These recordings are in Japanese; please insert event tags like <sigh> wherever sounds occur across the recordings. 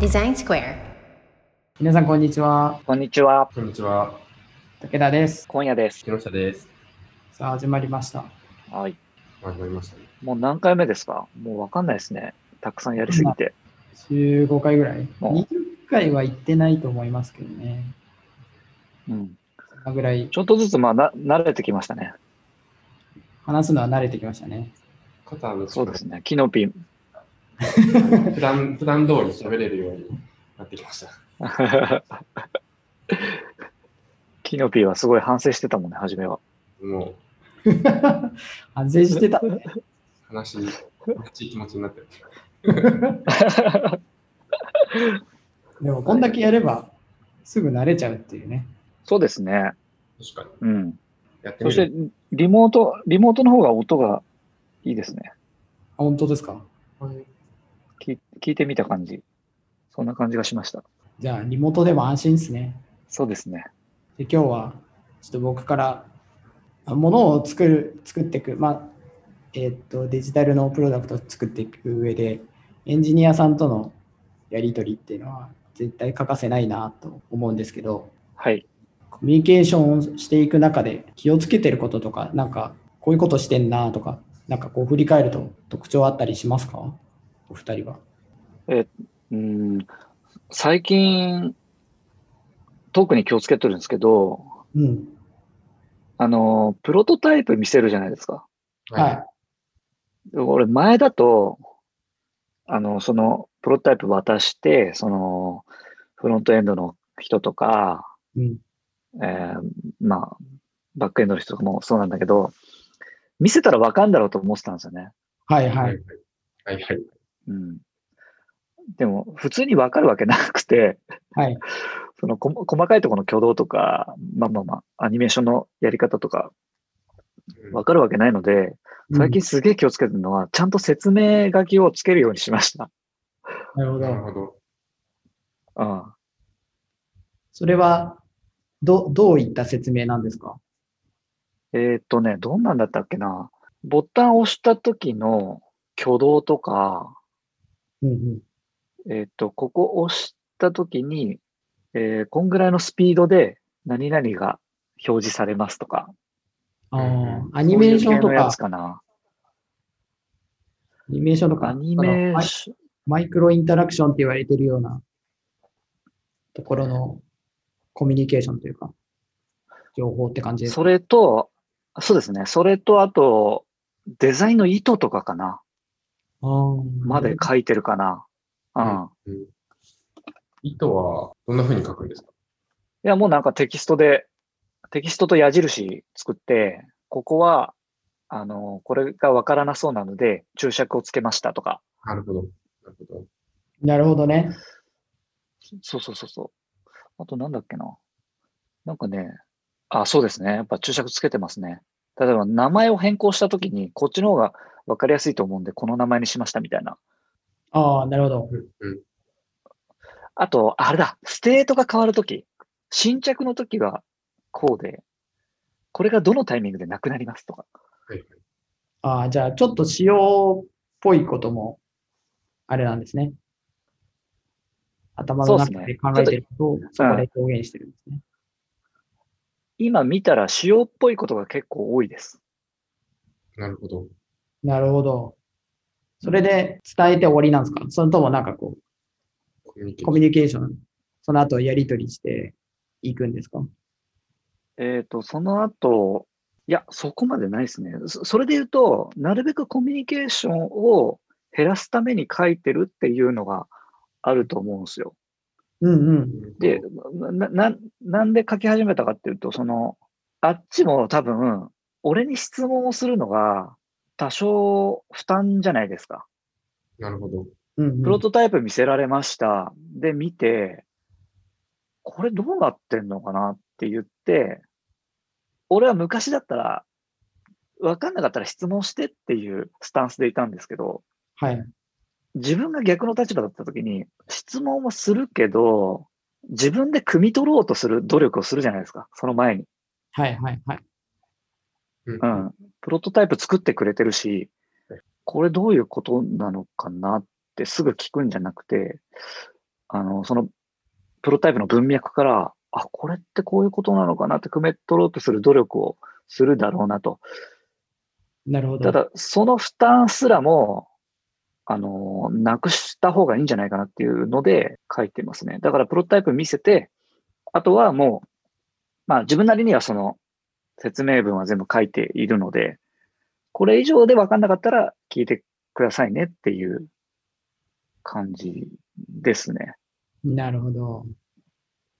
デザインスクエア皆さん、こんにちは。こんにちは。こんにちは。武田です。今夜です。木下です。さあ、始まりました。はい。始まりましたね。もう何回目ですかもうわかんないですね。たくさんやりすぎて。 15回ぐらい。お20回は行ってないと思いますけどね。うん。そんなぐらいちょっとずつ、まあ、な、慣れてきましたね。話すのは慣れてきましたね。 <laughs> 肩のそうですね。キノピー。普段普段通り喋れるようになってきました。 <laughs> キノピーはすごい反省してたもんね、初めは。も反省してた、ね。う話、悲しい気持ちになってる。でも、こんだけやれば、すぐ慣れちゃうっていうね。そうですね。確かうん。に。やってそみしてる。、リモート、リモートの方が音がいいですね。あ本当ですかはい聞聞いてみた感じ。そんな感じがしました。じゃあ、リモートでも安心ですね。そうですね。で今日はちょっと僕からあ物を作る作っていく、まあえーっとデジタルのプロダクトを作っていく上でエンジニアさんとのやり取りっていうのは絶対欠かせないなと思うんですけどはい。コミュニケーションをしていく中で気をつけてることとかなんかこういうことしてんなとかなんかこう振り返ると特徴あったりしますかお二人は。うん。最近、特に気をつけてるんですけど、うん。あの、プロトタイプ見せるじゃないですか。ははいい。俺、前だと、あの、その、プロトタイプ渡して、その、フロントエンドの人とか、うん。えーまあ、バックエンドの人とかもそうなんだけど、見せたらわかんだろうと思ってたんですよね。はいははいい。はいはい。うん。でも、普通にわかるわけなくて、はい。そのこ細かいところの挙動とか、まあまあまあ、アニメーションのやり方とか、うんわかるわけないので、最近すげえ気をつけてるのは、ちゃんと説明書きをつけるようにしました。うん、なるほなどる。ほど。うん。それはどどういった説明なんですかえーっとね、どんなんだったっけな。ボタンを押した時の挙動とか、うんうんえーっと、ここ押した時に、えーこんぐらいのスピードで何々が表示されますとか。あうんーアニメーションとそういう系のやかつ、かな。アニメーションとか、アニそのメマーイション、マイクロインタラクションって言われてるようなところのコミュニケーションというか、情報って感じです。それと、そうですね。それと、あと、デザインの意図とかかな。あーまで書いてるかな。うん。うん意図はどんな風に書くんですかいや、もうなんかテキストで、テキストと矢印作って、ここは、あの、これがわからなそうなので、注釈をつけましたとか。なるほど。なるほど。なるほどね。そうそうそうそう。あとなんだっけな。なんかね、あ、そうですね。やっぱ注釈つけてますね。例えば名前を変更したときに、こっちの方がわかりやすいと思うんで、この名前にしましたみたいな。ああ、なるほど。うんうん。あと、あれだ、ステートが変わるとき、新着のときはこうで、これがどのタイミングでなくなりますとか。はいはい。ああ、じゃあちょっと仕様っぽいことも、あれなんですね。頭の中で考えてることをそそうこですねで表現してるんですね。今見たら仕様っぽいことが結構多いです。なるほど。なるほど。それで伝えて終わりなんですかそれともなんかこコミュニケう、ーコシミュニケーション、その後やり取りしていくんですかえっ、と、その後、いや、そこまでないですね。そそれで言うと、なるべくコミュニケーションを減らすために書いてるっていうのがあると思うんですよ。うんうョん。ン。で、な、ななんで書き始めたかっていうと、その、あっちも多分、俺に質問をするのが多少負担じゃないですか。なるほど。うんうんプロトタイプ見せられました。で、見て、これどうなってんのかなって言って、俺は昔だったら、わかんなかったら質問してっていうスタンスでいたんですけど、はい。自分が逆の立場だった時に、質問はするけど、自分で汲み取ろうとする努力をするじゃないですか、その前に。はいはいはい。うんうはん。プロトタイプ作ってくれてるし、これどういうことなのかなってすぐ聞くんじゃなくて、あの、その、プロタイプの文脈から、あ、これってこういうことなのかなって、くめ取ろうとする努力をするだろうなと。なるほど。ただ、その負担すらも、あの、なくした方がいいんじゃないかなっていうので書いてますね。だから、プロトタイプ見せて、あとはもう、まあ、自分なりにはその、説明文は全部書いているので、これ以上で分かんなかったら聞いてくださいねっていう感じですね。なるほど。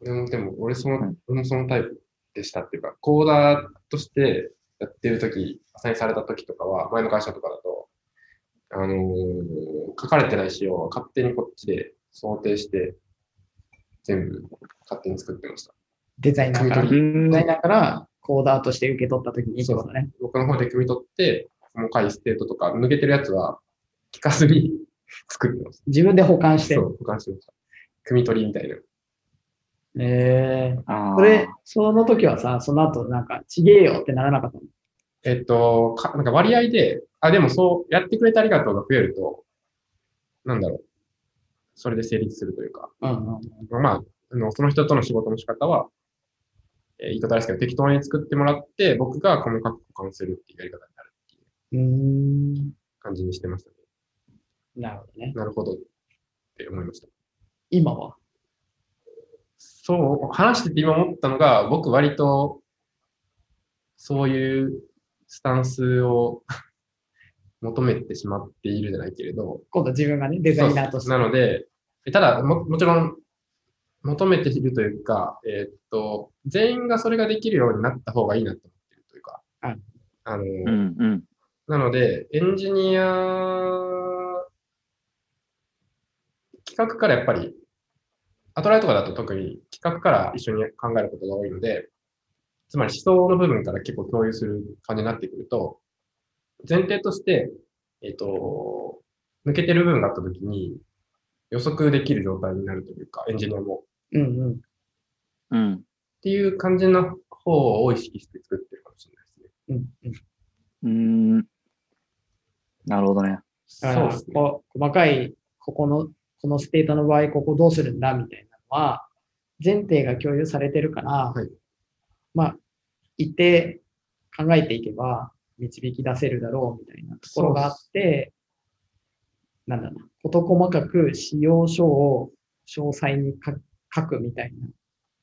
俺もでも、俺そうのん、俺もそのタイプでしたっていうか、コーダーとしてやってるとき、アサインされたときとかは、前の会社とかだと、あのー書かれてない仕様は勝手にこっちで想定して、全部勝手に作ってました。デザイナーから。うデんザイナーからコーダーとして受け取ったときにってことね。僕の方で汲み取って、細かいステートとか、抜けてるやつは聞かずに <laughs> 作ってまし自分で保管た。してそ。う、保管してました。汲み取りみたいな。ええあーそれ、その時はさ、その後なんか、ちげえよってならなかったのえっと、かなんか割合で、あ、でもそう、やってくれてありがとうが増えると、なんだろう。それで成立するというか、うんうん。まあ、あのその人との仕事の仕方は、えー言い方ですけど、適当に作ってもらって、僕が細かく保管するっていうやり方になるっていうーうん。感じにしてましたね。なるほどね。なるほどって思いました。今は。そう、話してて今思ったのが、僕割と、そういうスタンスを <laughs> 求めてしまっているじゃないけれど、今度自分がね、デザイナーとして。そうなので、えただも、もちろん、求めているというか、えーっと、全員がそれができるようになった方がいいなと思っているというか、はいあの、うんうん。なので、エンジニア、企画からやっぱり、アトライとかだと特に企画から一緒に考えることが多いので、つまり思想の部分から結構共有する感じになってくると、前提として、えっ、と、抜けてる部分があったときに予測できる状態になるというか、エンジニアも。っうんうん。うん。ていう感じの方を意識して作ってるかもしれないでうんうん。うーん。なるほどね。すだね。から、そうですね。こう細かい、ここの、このステータの場合、ここどうするんだみたいなのは、前提が共有されてるから、はいまあ、一定考えていけば、導き出せるだろうみたいなところがあって、なんだろうな、事細かく使用書を詳細に書書くみたいな、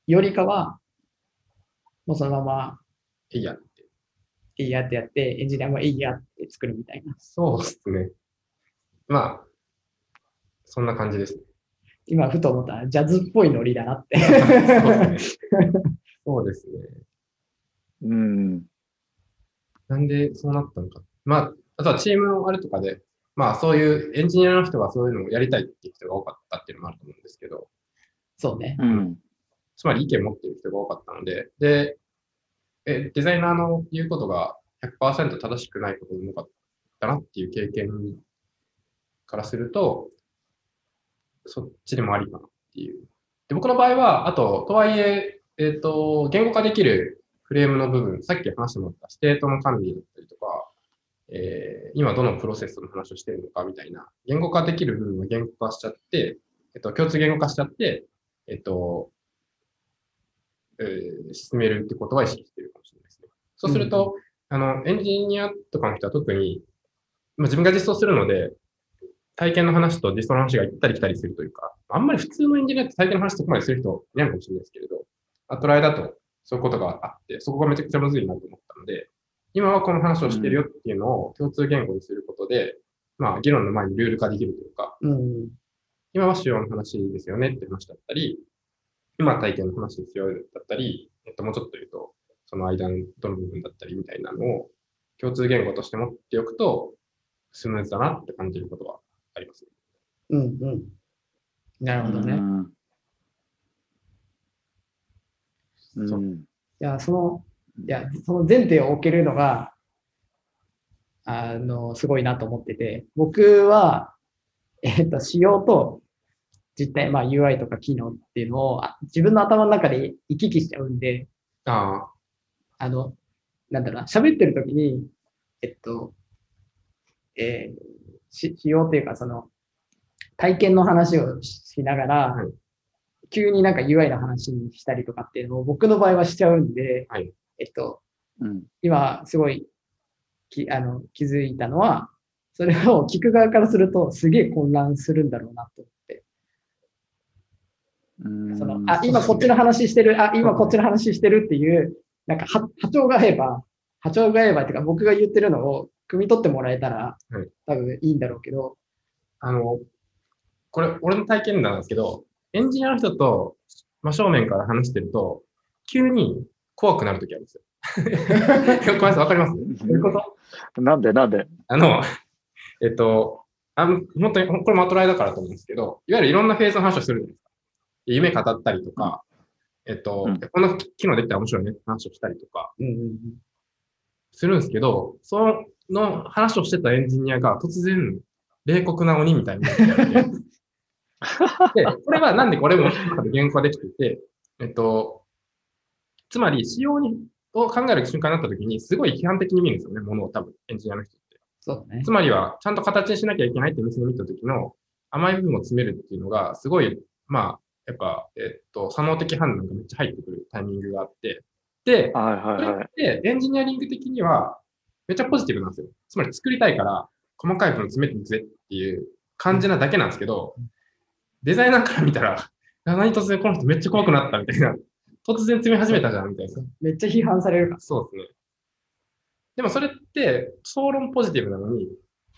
よりかは、もうそのまま、いいやって。いいやってやって、エンジニアもいいやって作るみたいな。そうですね。まあ、そんな感じですね。今、ふと思ったら、ジャズっぽいノリだなって。そうですね。そうですねうん。なんでそうなったのか。まあ、あとはチームのあれとかで、まあそういうエンジニアの人がそういうのをやりたいっていう人が多かったっていうのもあると思うんですけど、そうね。うん。つまり意見持ってる人が多かったので、で、えデザイナーの言うことが100%正しくないことも多かったなっていう経験からすると、そっちでもありかなっていう。で、僕の場合は、あと、とはいえ、えっ、と、言語化できるフレームの部分、さっき話してもらったステートの管理だったりとか、えー今どのプロセスの話をしてるのかみたいな、言語化できる部分は言語化しちゃって、えっ、と、共通言語化しちゃって、えっ、と、えー進めるってことは意識してるかもしれないですね。そうすると、あの、エンジニアとかの人は特に、まあ、自分が実装するので、体験の話と実装の話が行ったり来たりするというか、あんまり普通のエンジニアって体験の話そこまでする人いないのかもしれないですけれど、アトライだとそういうことがあって、そこがめちゃくちゃむずいなと思ったので、今はこの話をしてるよっていうのを共通言語にすることで、まあ、議論の前にルール化できるというか、うん。今は主要の話ですよねって話だったり、今は体験の話ですよだったり、えっと、もうちょっと言うと、その間のどの部分だったりみたいなのを共通言語として持っておくと、スムーズだなって感じることはありますね。うんうん。なるほどね。ういん。そううん。や、その、いや、その前提を置けるのが、あの、すごいなと思ってて、僕は、えっと、仕様と実態、まあ UI とか機能っていうのをあ自分の頭の中で行き来しちゃうんで、ああ、あの、なんだろうな、喋ってる時に、えっと、えーし、しようというか、その、体験の話をしながらはい、急になんか UI の話にしたりとかっていうのを僕の場合はしちゃうんで、はいえっと、うん。今すごいきあの気づいたのは、それを聞く側からするとすげえ混乱するんだろうなと思って。うんそのあ、今こっちの話してる、あ、今こっちの話してるっていう、なんかは波長が合えば、波長が合えばっていうか僕が言ってるのを汲み取ってもらえたらはい多分いいんだろうけど、あの、これ、俺の体験談なんですけど、エンジニアの人と真正面から話してると、急に怖くなるときあるんですよ。 <laughs> ごめんなさい、わかりますどういうことなんでなんであの、 <laughs> えっと、あの本当に、これマトライだからと思うんですけど、いわゆるいろんなフェーズの話をするじゃないですか。夢語ったりとか、えっと、うんこんな機能できたら面白いねって話をしたりとか、うんうんうん、するんですけど、その話をしてたエンジニアが突然、冷酷な鬼みたいになって <laughs> てで、これはなんでこれも中で言語化できていて、えっと、つまり仕様にを考える瞬間になった時に、すごい批判的に見るんですよね、ものを多分、エンジニアの人って。そうだねつ。まりは、ちゃんと形にしなきゃいけないって見せに見た時の甘い部分を詰めるっていうのが、すごい、まあ、やっぱ、えっと、作能的判断がめっちゃ入ってくるタイミングがあって、で、はいはいこはい。れってエンジニアリング的にはめっちゃポジティブなんですよ。つまり作りたいから細かい部分詰めていくぜっていう感じなだけなんですけど、デザイナーから見たら、あ何突然この人めっちゃ怖くなったみたいな。突然詰め始めたじゃんみたいな。めっちゃ批判されるから。そうですね。でもそれって、総論ポジティブなのに、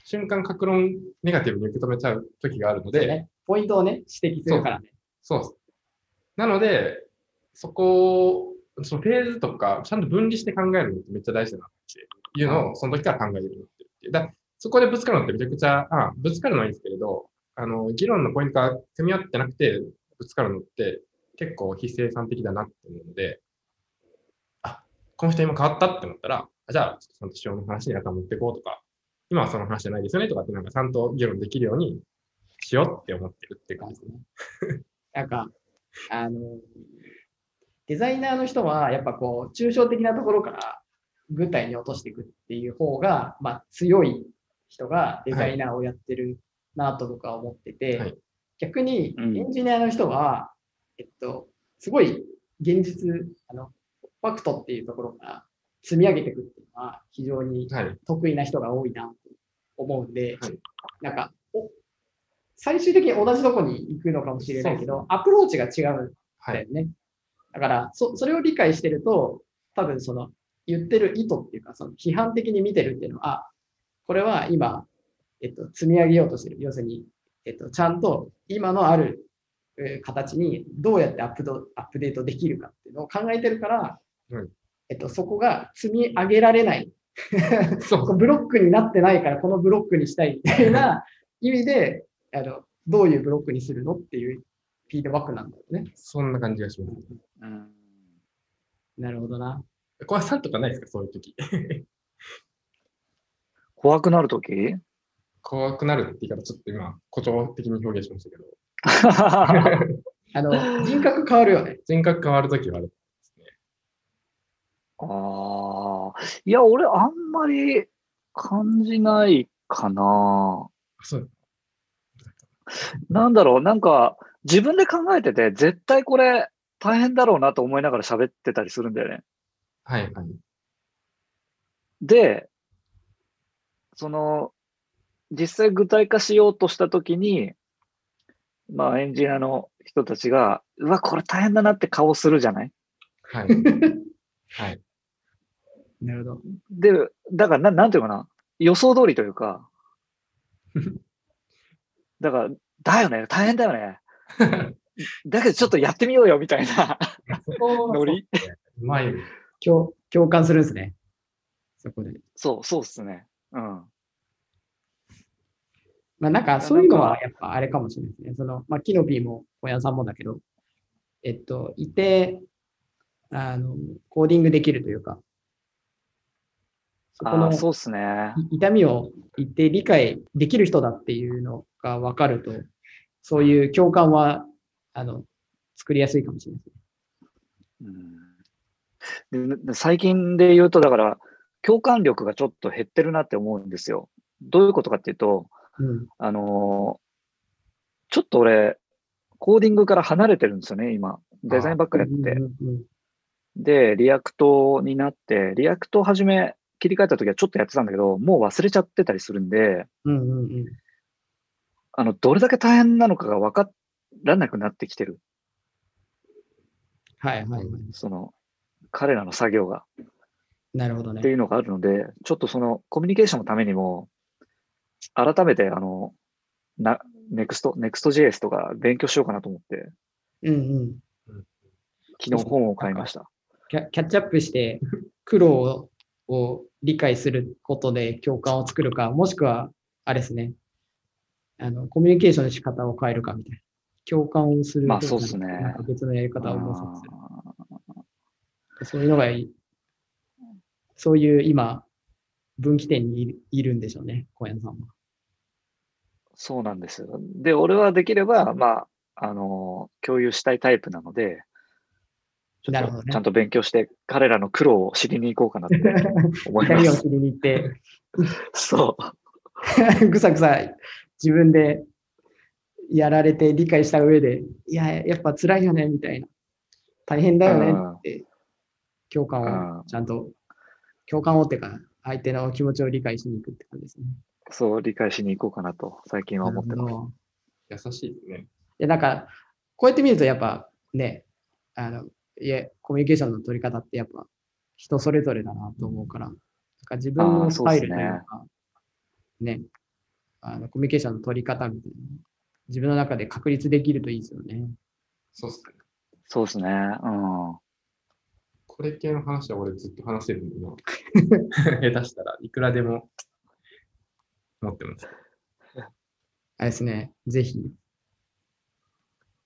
瞬間格論ネガティブに受け止めちゃう時があるので、ね、ポイントをね、指摘するからね。そうです。なので、そこを、そのフェーズとか、ちゃんと分離して考えるのってめっちゃ大事だなっていうのを、その時から考えるようになってるっていう。だそこでぶつかるのってめちゃくちゃ、あぶつかるのはいいんですけれど、あの、議論のポイントが組み合ってなくて、ぶつかるのって結構非生産的だなって思うので、あ、この人今変わったって思ったら、あじゃあ、ちょっとその仕様の話に頭持ってこうとか、今はその話じゃないですよねとかってなんかちゃんと議論できるようにしようって思ってるって感じですね。 <laughs> なんか、あの、デザイナーの人は、やっぱこう、抽象的なところから具体に落としていくっていう方が、まあ、強い人がデザイナーをやってるなと僕は思ってて、はい逆にエうんンジニアの人は、えっと、すごい現実、あの、ファクトっていうところから積み上げていくっていうのは非常にはい。 <laughs> 得意な人が多いなと思うんで、はいなんかお最終的に同じとこに行くのかもしれないけそうど、アプローチが違うんはだい。よね。だからそ、それを理解してると、多分その言ってる意図っていうか、その批判的に見てるっていうのは、あこれは今、えっと、積み上げようとしてる。要するに、えっと、ちゃんと今のあるえー形にどうやってアップドアップデートできるかっていうのを考えてるから、うんえっと、そこが積み上げられないそこう。うブロックになってないからこのブロックにしたいみたい <laughs> な意味で、あの、どういうブロックにするのっていうフィードバックなんだよね。そんな感じがします。うんなるほどな。小林さんとかないですかそういう時。怖くなるとき <laughs> い怖くなるって言い方、ちょっと今、誇張的に表現しましたけど、 <laughs> あ <laughs> の、人格変わるよね。人格変わる時はある。や、俺あんまり感じないかな。あそうなんだろう、なんか自分で考えてて、絶対これ大変だろうなと思いながら喋ってたりするんだよね。はいはい。で、その、実際具体化しようとしたときに、まあエンジニアの人たちが、うわ、これ大変だなって顔するじゃない <laughs> はい。はい。なるほど。で、だからな、なんていうのかな、予想通りというか、だから、だよね、大変だよね。だけどちょっとやってみようよ、みたいなノリ。うまい。共共感するんですね。そこで。そう、そうっすね。うん。まあなんかそういうのはやっぱあれかもしれないですね。その、まあ、キノピーも小屋さんもだけど、えっと、いて、あの、コーディングできるというか、そこあのあ、そうっすね。い痛みを言って理解できる人だっていうのが分かると、そういう共感は、あの、作りやすいかもしれないですね。うんで最近で言うと、だから、共感力がちょっと減ってるなって思うんですよ。どういうことかっていうと、うん。あのーちょっと俺、コーディングから離れてるんですよね、今。デザインばっかりやって。で、リアクトになって、リアクトを始め、切り替えた時はちょっとやってたんだけど、もう忘れちゃってたりするんで、うんうんうんうんあの、どれだけ大変なのかが分からなくなってきてる。はいはいはい。その、彼らの作業が。なるほどねって。いうのがあるので、ちょっとそのコミュニケーションのためにも、改めて、あの、な、NEXT、NEXTJS とか勉強しようかなと思って、うんうん昨日本を買いました。キャ。キャッチアップして苦労を理解することで共感を作るか、もしくは、あれですね、あのコミュニケーションの仕方を変えるかみたいな。共感をする。まあそうっすねなんか別のやり方を模索する。あーそういうのがいい、そういう今、分岐点にいるいるんでしょうね、小山さんは。そうなんですよ。で、俺はできれば、まあ、あの、共有したいタイプなので、ちょなっるほとどねちゃんと勉強して、彼らの苦労を知りに行こうか <laughs> なって思い怒まりをす。切りに行って、 <laughs> そう。ぐさぐさ自分でやられて理解した上で、いや、やっぱ辛いよね、みたいな。大変だよねって、共感うんをちゃんと、共感をっていうか、相手の気持ちを理解しに行くって感じですね。そう、理解しに行こうかなと、最近は思ってなまるす。ほど優しいですね。いや、なんか、こうやって見ると、やっぱね、あの、いや、コミュニケーションの取り方って、やっぱ、人それぞれだなと思うから、なんか自分あのースそうっタすイねルというか、ね、あの、コミュニケーションの取り方みたいな、自分の中で確立できるといいですよね。そうっすね。そうですね。うん。これ系の話は俺ずっと話せるんで、 <laughs> 今下手したらいくらでも持ってます。あれですね、ぜひ、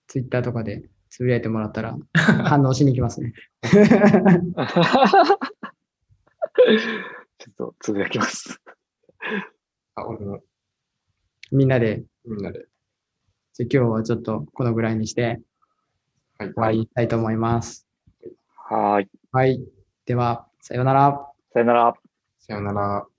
ツイッターとかでつぶやいてもらったら、反応しに行きますね。 <laughs> ちょっとつぶやきます。あ、俺もみんなで、みんなで。じゃあ今日はちょっとこのぐらいにしてはい。終わりたいと思います。はーい。はい。では、さようなら。さよなら。さよなら。